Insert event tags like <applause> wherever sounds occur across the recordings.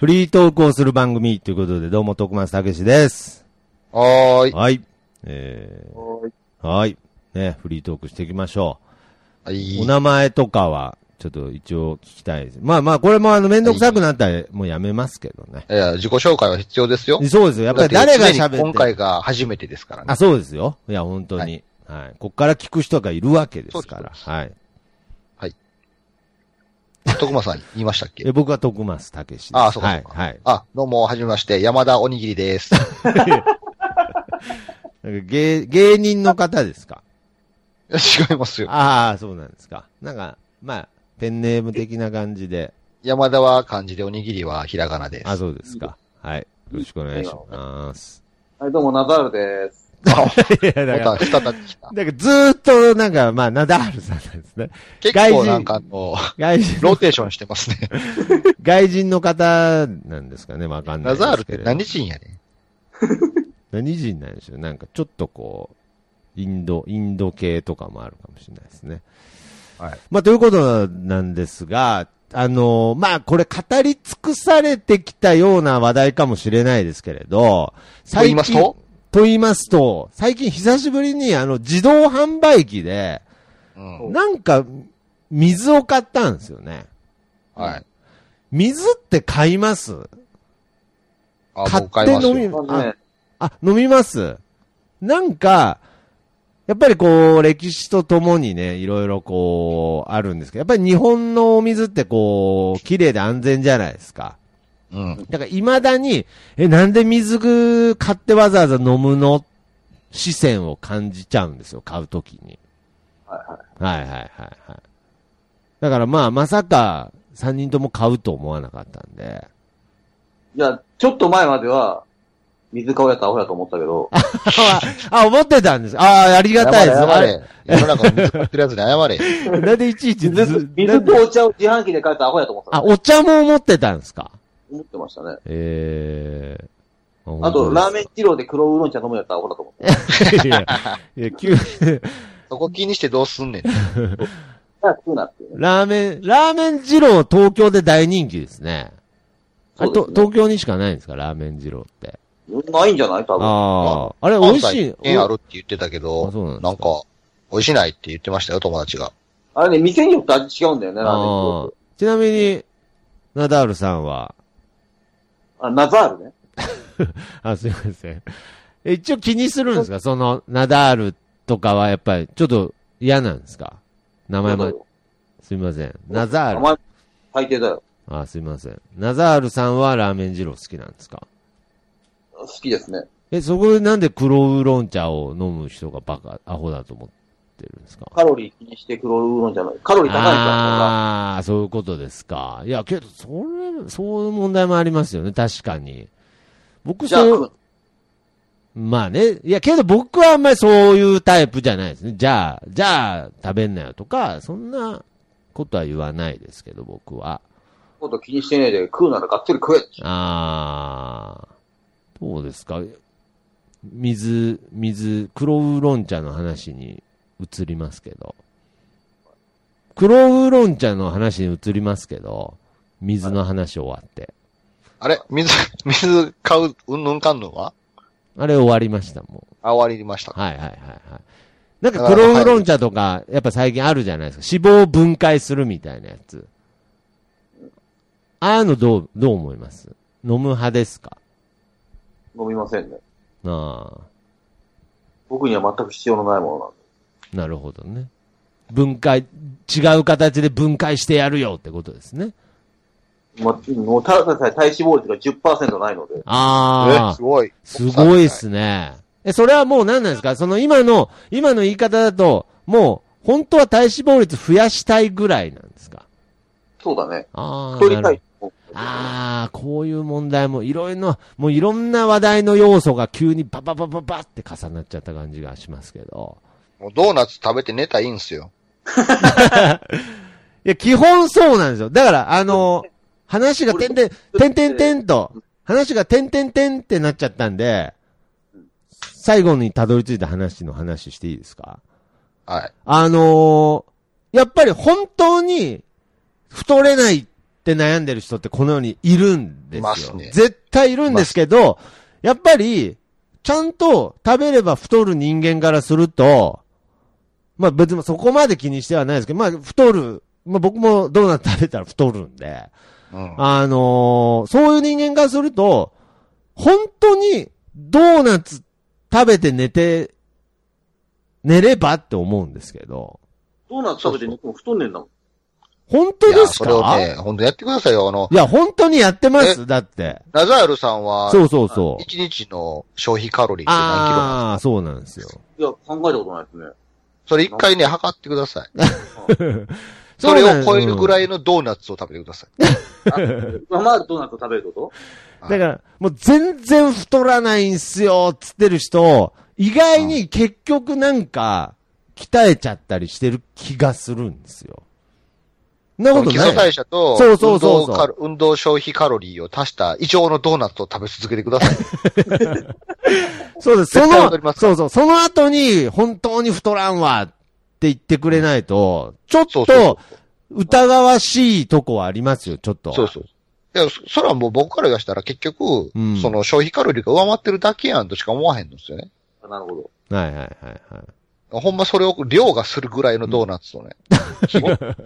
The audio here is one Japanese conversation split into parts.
フリートークをする番組ということで、どうも、徳松たけしです。はーい。はい。えー、はい。ね、フリートークしていきましょはう。い。お名前とかは、ちょっと一応聞きたいです。まあまあ、これもあの、めんどくさくなったら、もうやめますけどね。いや、自己紹介は必要ですよ。そうですよ。やっぱり誰が喋ってだて常に今回が初めてですからねあ、。そうですよ。いや、本当に。はい。こっから聞く人がいるわけですかそうら。ですはい。徳間さんに言いましたっけえ僕は徳松たけしです。あそうかはそ。いうかはい。あ、どうも、はじめまして、山田おにぎりです。 <laughs> なんか芸、芸人の方ですか違いますよ。ああ、そうなんですか。なんか、まあ、ペンネーム的な感じで。山田は漢字で、おにぎりはひらがなです。あ、そうですか。はい。よろしくお願いします。はい、どうも、ナダールです。いや、だ <laughs> まからた、再び来た。なんかずーっと、なんか、まあ、ナダールさんなんです <laughs> ね。結外構人なんかあの、外人、ローテーションし <laughs> てますね。外人の方なんですかね、わかんないナですけれど。ザールって何人やね何人なんでしょうなんかちょっとこう、インド、インド系とかもあるかもしれないですね。はい。まあ、ということなんですが、あの、まあ、これ語り尽くされてきたような話題かもしれないですけれど、と言いますとと言いますと、最近久しぶりにあの自動販売機で、うん。なんか水を買ったんですよね。はい。水って買いますあ、買もっう買いますて飲み、よ。まずあね、あ、飲みます。なんか、やっぱりこう、歴史とともにね、いろいろこう、あるんですけど、やっぱり日本のお水ってこう、綺麗で安全じゃないですか。うん。だから未だに、え、なんで水具買ってわざわざ飲むの視線を感じちゃうんですよ、買うときに。はいはい。はいはいはいはい。だからまあ、まさか、三人とも買うと思わなかったんで。じゃあ、ちょっと前までは、水顔やったらアホやと思ったけど、あ、思ってたんです。ああ、ありがたいです。謝あれれ。世の中の水買ってるやつに謝れ。なんでいちいちず水、水とお茶を自販機で買えたらアホやと思ったあ、のお茶も持ってたんですか思ってましたね。ええー。あと、ラーメンン。二郎で黒ウーロン茶飲むやったらアホだと思った。いや、いや急にそこ気にしてどうすんねん。じゃあ、食うなっていうね。ラーメン、ラーメン二郎東京で大人気ですね。あれそうとですね東京にしかないんですかラーメン二郎って。ないんじゃない多分。ああ、あれ美味しい。縁あるって言ってたけあどそうなんで、すかなんか、美味しないって言ってましたよ、友達が。あれね、店によって味違うんだよね、ラーメン二あ郎ーちなみに、ナダールさんは、あ、ナザールね。あ、すいません。え一応気にするんですかその、ナダールとかはやっぱり、ちょっと嫌なんですか名前も、すいません。ナザールお。前、最低だよ。あ、すいません。ナザールさんはラーメン二郎好きなんですか好きですね。え、そこでなんで黒ウーロン茶を飲む人がバカ、アホだと思ってるんですかカロリー気にして黒ウーロン茶飲む。カロリー高いから、ああ、そういうことですか。いや、けど、それ、そういう問題もありますよね、確かに。僕、じゃあそう、まあね。いや、けど僕はあんまりそういうタイプじゃないですね。じゃあ、じゃあ、食べんなよとか、そんなことは言わないですけど、僕は。こと気にしてねえで、食うならがっつり食えって。ああ、どうですか。水、水、黒ウーロン茶の話に移りますけど。黒ウーロン茶の話に移りますけど、水の話終わって。あれ水、 <laughs> 水買う、うんぬんかんぬんはあれ終わりました、もう。あ、終わりましたか。はいはいはいはい。なんか黒ウーロン茶とか、やっぱ最近あるじゃないですか。脂肪を分解するみたいなやつ。ああいうのどう、どう思います飲む派ですか飲みませんね。ああ。僕には全く必要のないものなんで。なるほどね。分解、違う形で分解してやるよってことですね。ま、もう、ただでさえ体脂肪率が10%ないので、あえ、あ、すごい。すごいっすね。え、それはもう何なんですかその今の、今の言い方だと、もう、本当は体脂肪率増やしたいぐらいなんですかそうだね。ああ、太なりるたほどい。と思ああ、こういう問題もいろいろな、もういろんな話題の要素が急にバババババって重なっちゃった感じがしますけど。もうドーナツ食べて寝たらいいんすよ。いや、基本そうなんですよ。だから、あの、話がてんてん、てんてんてんと、話がてんてんてんってなっちゃったんで、最後にたどり着いた話の話していいですかはい。あのーやっぱり本当に太れないって悩んでる人ってこの世にいるんですよ。いますね絶対いるんですけど、やっぱり、ちゃんと食べれば太る人間からすると、まあ別にそこまで気にしてはないですけど、まあ太る、まあ僕もドーナツ食べたら太るんで、うん。あのーそういう人間からすると、本当にドーナツ食べて寝て、寝ればって思うんですけど、ドーナツ食べて寝ても太んねんだもん。本当いや、ですそれをかね、本当やってくださいよ。あの、いや、本当にやってますだって。ナザールさんは、そうそうそう。一日の消費カロリーって何キロなんですかああ、そうなんですよ。いや、考えたことないですね。それ一回ね、測ってください。そそうれなんを超えるぐい。らいのドーナツを食べてください。 <laughs> まあまあ、ドーナツを食べるこうんだから、もう全然太らないんすよ、つってる人、意外に結局なんか、鍛えちゃったりしてる気がするんですよ。そんなそことの基ない。礎代謝とそう運そうそう動そうカロ、運動消費カロリーを足した以上のドーナツを食べ続けてく <laughs> ださい。そうです。そ絶対の戻りま、すかそうそう、その後に、本当に太らんわって言ってくれないと、ちょっそうそうそと、疑わしいとこはありますよ、ちょっと。そうそう。いや、そそれはもう僕から言わしたら結局、うんその消費カロリーが上回ってるだけやんとしか思わへんのですよね。と。なるほど。はいはいはいはい。ほんまそれを量がするぐらいのドーナツをね、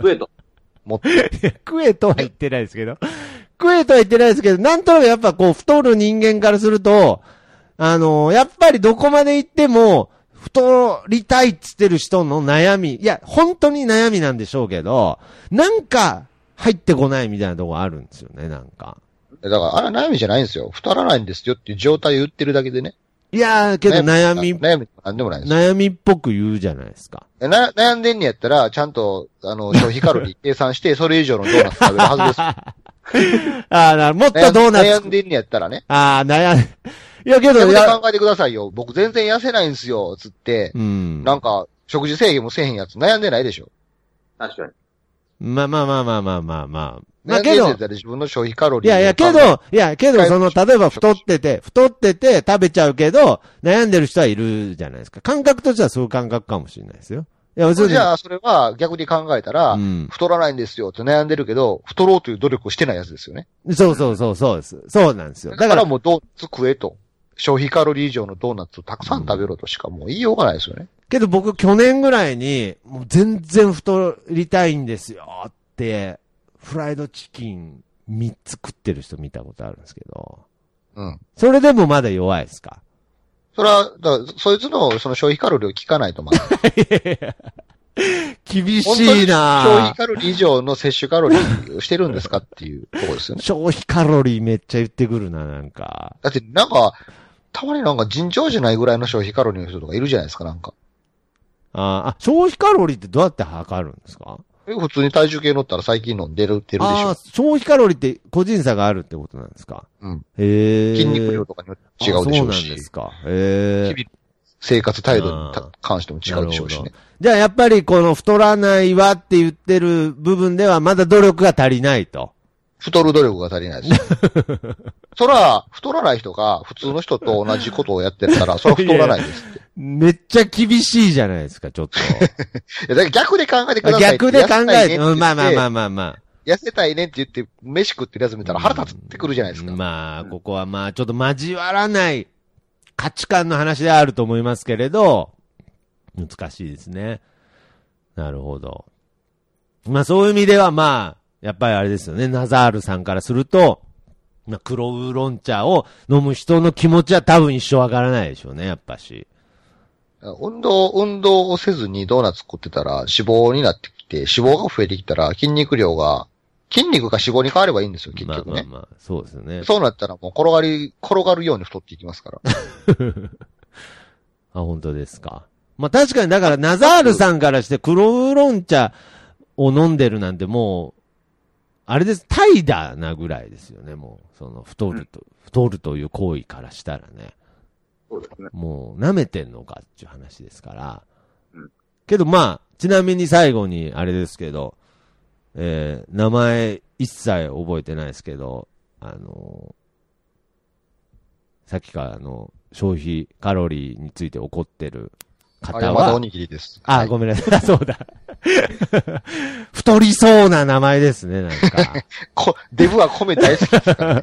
増えた。 <laughs> 持って。食えとは言ってないですけど、食えとは言ってないですけど、なんとなくやっぱこう、太る人間からすると、あのーやっぱりどこまで行っても、太りたいっつってる人の悩み、いや、本当に悩みなんでしょうけど、なんか、入ってこないみたいなとこあるんですよね、なんか。だから、あれは悩みじゃないんですよ。太らないんですよっていう状態を言ってるだけでね。いやー、けど悩み悩み、なんでもないんですよ悩みっぽく言うじゃないですか。えな悩んでんねやったら、ちゃんと、あの、消費カロリー計算して、それ以上のドーナツ食べるはずですよ。ああ、なもっ <laughs> と悩んドーナ悩ツ。んでんねやったらね。ああ、悩ん、いやけそど、れいでや、考えてくださいよ。僕全然痩せないんすよ、つって。うん。なんか、食事制限もせえへんやつ悩んでないでしょ。確かに。まあまあまあまあまあまあまあ。ま悩あんでけんねやどっ、たら自分の消費カロいリーをやいや、考けえど、いや、けど、一回その、も例えば太ってて、太ってて食べちゃうけど、悩んでる人はいるじゃないですか。感覚としてはそういう感覚かもしれないですよ。いや、別にじゃあ、それは逆に考えたら、うん太らないんですよって悩んでるけど、太ろうという努力をしてないやつですよね。そうそうそう、そうです。そうなんですよ。だだかからら、もうドーナツ食えと。消費カロリー以上のドーナツをたくさん食べろとしかもう言いようがないですよね。けど僕、去年ぐらいに、もう全然太りたいんですよって、フライドチキン3つ食ってる人見たことあるんですけど、うん。それでもまだ弱いですかそれは、だから、そいつの、その消費カロリーを聞かないとまずい。厳本当しいに消な費ぁカロリー以上の摂取カロリーをしてるんですかっていうところですよね。消費カロリーめっちゃ言ってくるな、なんか。だってなんか、たまになんか尋常じゃないぐらいの消費カロリーの人とかいるじゃないですか、なんか。あーあ、消費カロリーってどうやって測るんですかえ普通に体重計乗ったら最近飲んでる、出るでしああー、ょ。消費カロリーって個人差があるってことなんですかうん。へえ。筋肉量とかによって違うでしょうあし。そうなんですか。へえ。日々、生活態度にあーた関しても違うでしょうしなねる。じゃあやっぱりこの太らないわって言ってる部分ではまだ努力が足りないと。太る努力が足りない <laughs> です。そら、太らない人が普通の人と同じことをやってたら、そら太らないですって。めっちゃ厳しいじゃないですか、ちょっと。 <laughs> いやだから逆で考えてくださいって。逆で考痩せたいえて、ねって言っうんまあまあまあてまあまあ。痩せたいねって言って、飯食ってるやつ見たら腹立ってくるじゃないですか。まあ、ここはまあ、ちょっと交わらない価値観の話であると思いますけれど、難しいですね。なるほど。まあ、そういう意味ではまあ、やっぱりあれですよね、ナザールさんからすると、まあ、黒ウーロン茶を飲む人の気持ちは多分一生わからないでしょうね、やっぱし。運動、運動をせずにドーナツ食ってたら脂肪になってきて、脂肪が増えてきたら筋肉量が、筋肉が脂肪に変わればいいんですよ、結まあ局まあね。まあ、そうですよね。そうなったらもう転がり、転がるように太っていきますから。あ、本当ですか。まあ確かに、だから、ナザールさんからして、黒ウーロン茶を飲んでるなんてもう、あれです、怠惰なぐらいですよね、もう。その、太ると、太るという行為からしたらね。そうですね。もう、舐めてんのかっていう話ですからうん。けど、まあ、ちなみに最後に、あれですけど、えー、名前一切覚えてないですけど、あのーさっきからあの、消費カロリーについて怒ってるあ方山田おは、にぎりです。あ、はいごめんなさい。 <laughs> そうだ。太りそうな名前ですね、なん <laughs> か。こデブは米大好きですから、ね。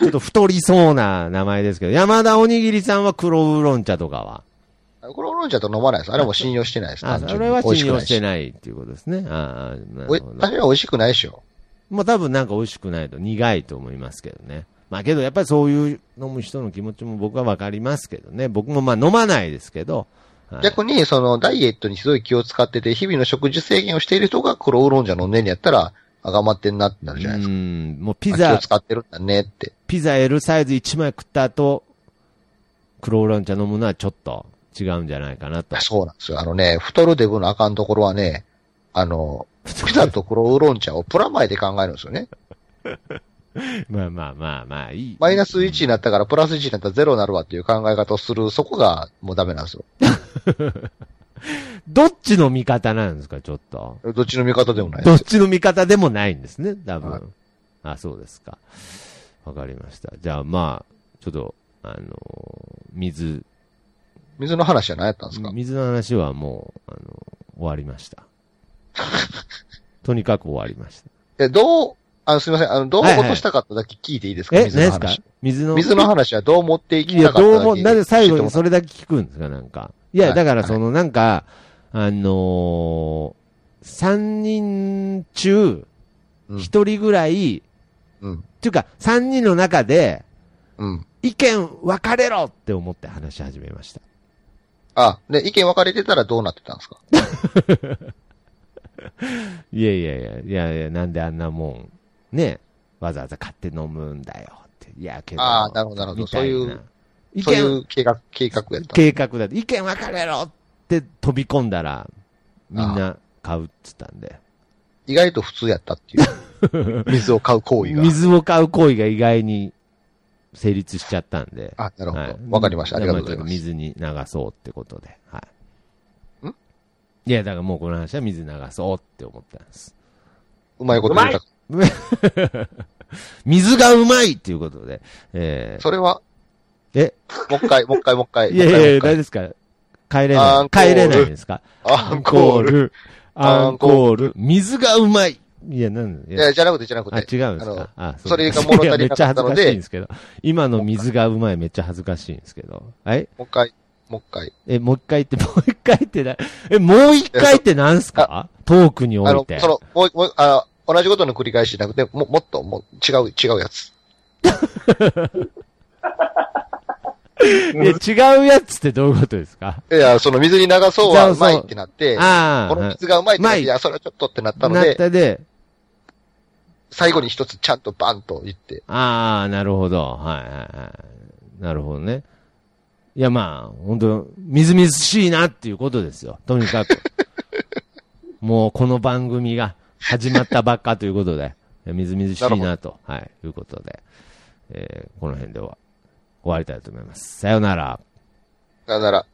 ちょっと太りそうな名前ですけど、山田おにぎりさんは黒ウーロン茶とかは。これ飲んじゃうと飲まないです。あれも信用してないです。あ、単そ純にれは信用して美味くないし。ないっていうことですね。ああ、なるおいほど確。かに美味しくないでしょ。まあ多分なんか美味しくないと苦いと思いますけどね。まあけどやっぱりそういう飲む人の気持ちも僕はわかりますけどね。僕もまあ飲まないですけど。はい逆に、その、ダイエットにひどい気を使ってて、日々の食事制限をしている人が黒ウーロン茶飲んでんやったら、あがまってんなってなるじゃないですうか。ん、もうピあ気ザを、使ってるんだねって。ピザ L サイズ1枚食った後、黒ウーロン茶飲むのはちょっと違うんじゃないかなと。そうなんですよ。あのね、太るデブのあかんところはね、あの、ピザと黒ウーロン茶をプラマイで考えるんですよね。 <laughs> まあまあまあまあ、いい。マイナス1になったからプラス1になったらゼロになるわっていう考え方をする、そこがもうダメなんですよ。どっちの味方なんですか、ちょっと。どっちの味方でもないどでっすちよ。の味方でもないんですね、多分。はいあ、そうですか。わかりました。じゃあまあ、ちょっと、あのー水、水の話は何やったんですか水の話はもう、あの終わりま <laughs> した。とにかく終わりましえ、どう、あの、すみません、あの、どうはいはい落としたかっただけ聞いていいですた。か、え、何で水のすか話。水の。水の話はどう持っていいきや、たかったどだうけも、なぜ最後にそれ。れだけ聞くんですか、なんか。いや、はいだからその、なんか、あのー、三人中、うん一人ぐらい、うん。っていうか、三人の中で、うん。意見分かれろって思って話し始めました。あ、で、意見分かれてたらどうなってたんですかいやいやいや、いやいや、なんであんなもん、ね、わざわざ買って飲むんだよって。いや、けど。あーなるほどなるほどみたいなそういう、意そうい見、う計画、計画やった。計画だって、意見分かれろって飛び込んだら、みんな買うっつったんで。意外と普通やったって <laughs> いう。水を買う行為が。水を買う行為が意外に成立しちゃったんで。あ、なるほど。はわい、かりました。ありがとうございだまからちす。ょっと水に流そうってことで。はい。んいや、だからもうこの話は水流そうって思ったんです。うまいこと言った。水がうまいっていうことで。えーそれは、え、もう一回、もう一回、もう一回。いやいやいもうや、一回大丈夫ですか帰れアなンい。コール帰れないですかアンコール。ル。アンコール。水がうまい。いや、なんいいやや、じゃなくて、じゃなくあ、違うんて。ですあのかあ、それがも物足りなかったのでめっちゃ恥ずかしいんですけど。今の水がうまいめっちゃ恥ずかしいんですけど。はいもう一回、もう一回。え、もう一回って、もう一回ってな、え、もう一回ってなんすかトークにおあいのて、。その、もう、もう、あの同じことの繰り返しじゃなくて、も、もっと、もう、違う、違うやつ。いや、違うやつってどういうことですかいや、その水に流そうはうまいってなって、ああ。この水がうまいってなって、いや、それはちょっとってなったのなっで、たで、最後に一つちゃんとバンと言って、ああ、なるほど。はいはいはい。なるほどね。いや、まあ、本当みずみずしいなっていうことですよ。とにかく。もう、この番組が始まったばっかということで、みずみずしいなと、はい、いうことで、えーこの辺では終わりたいと思います。さよなら。さよなら。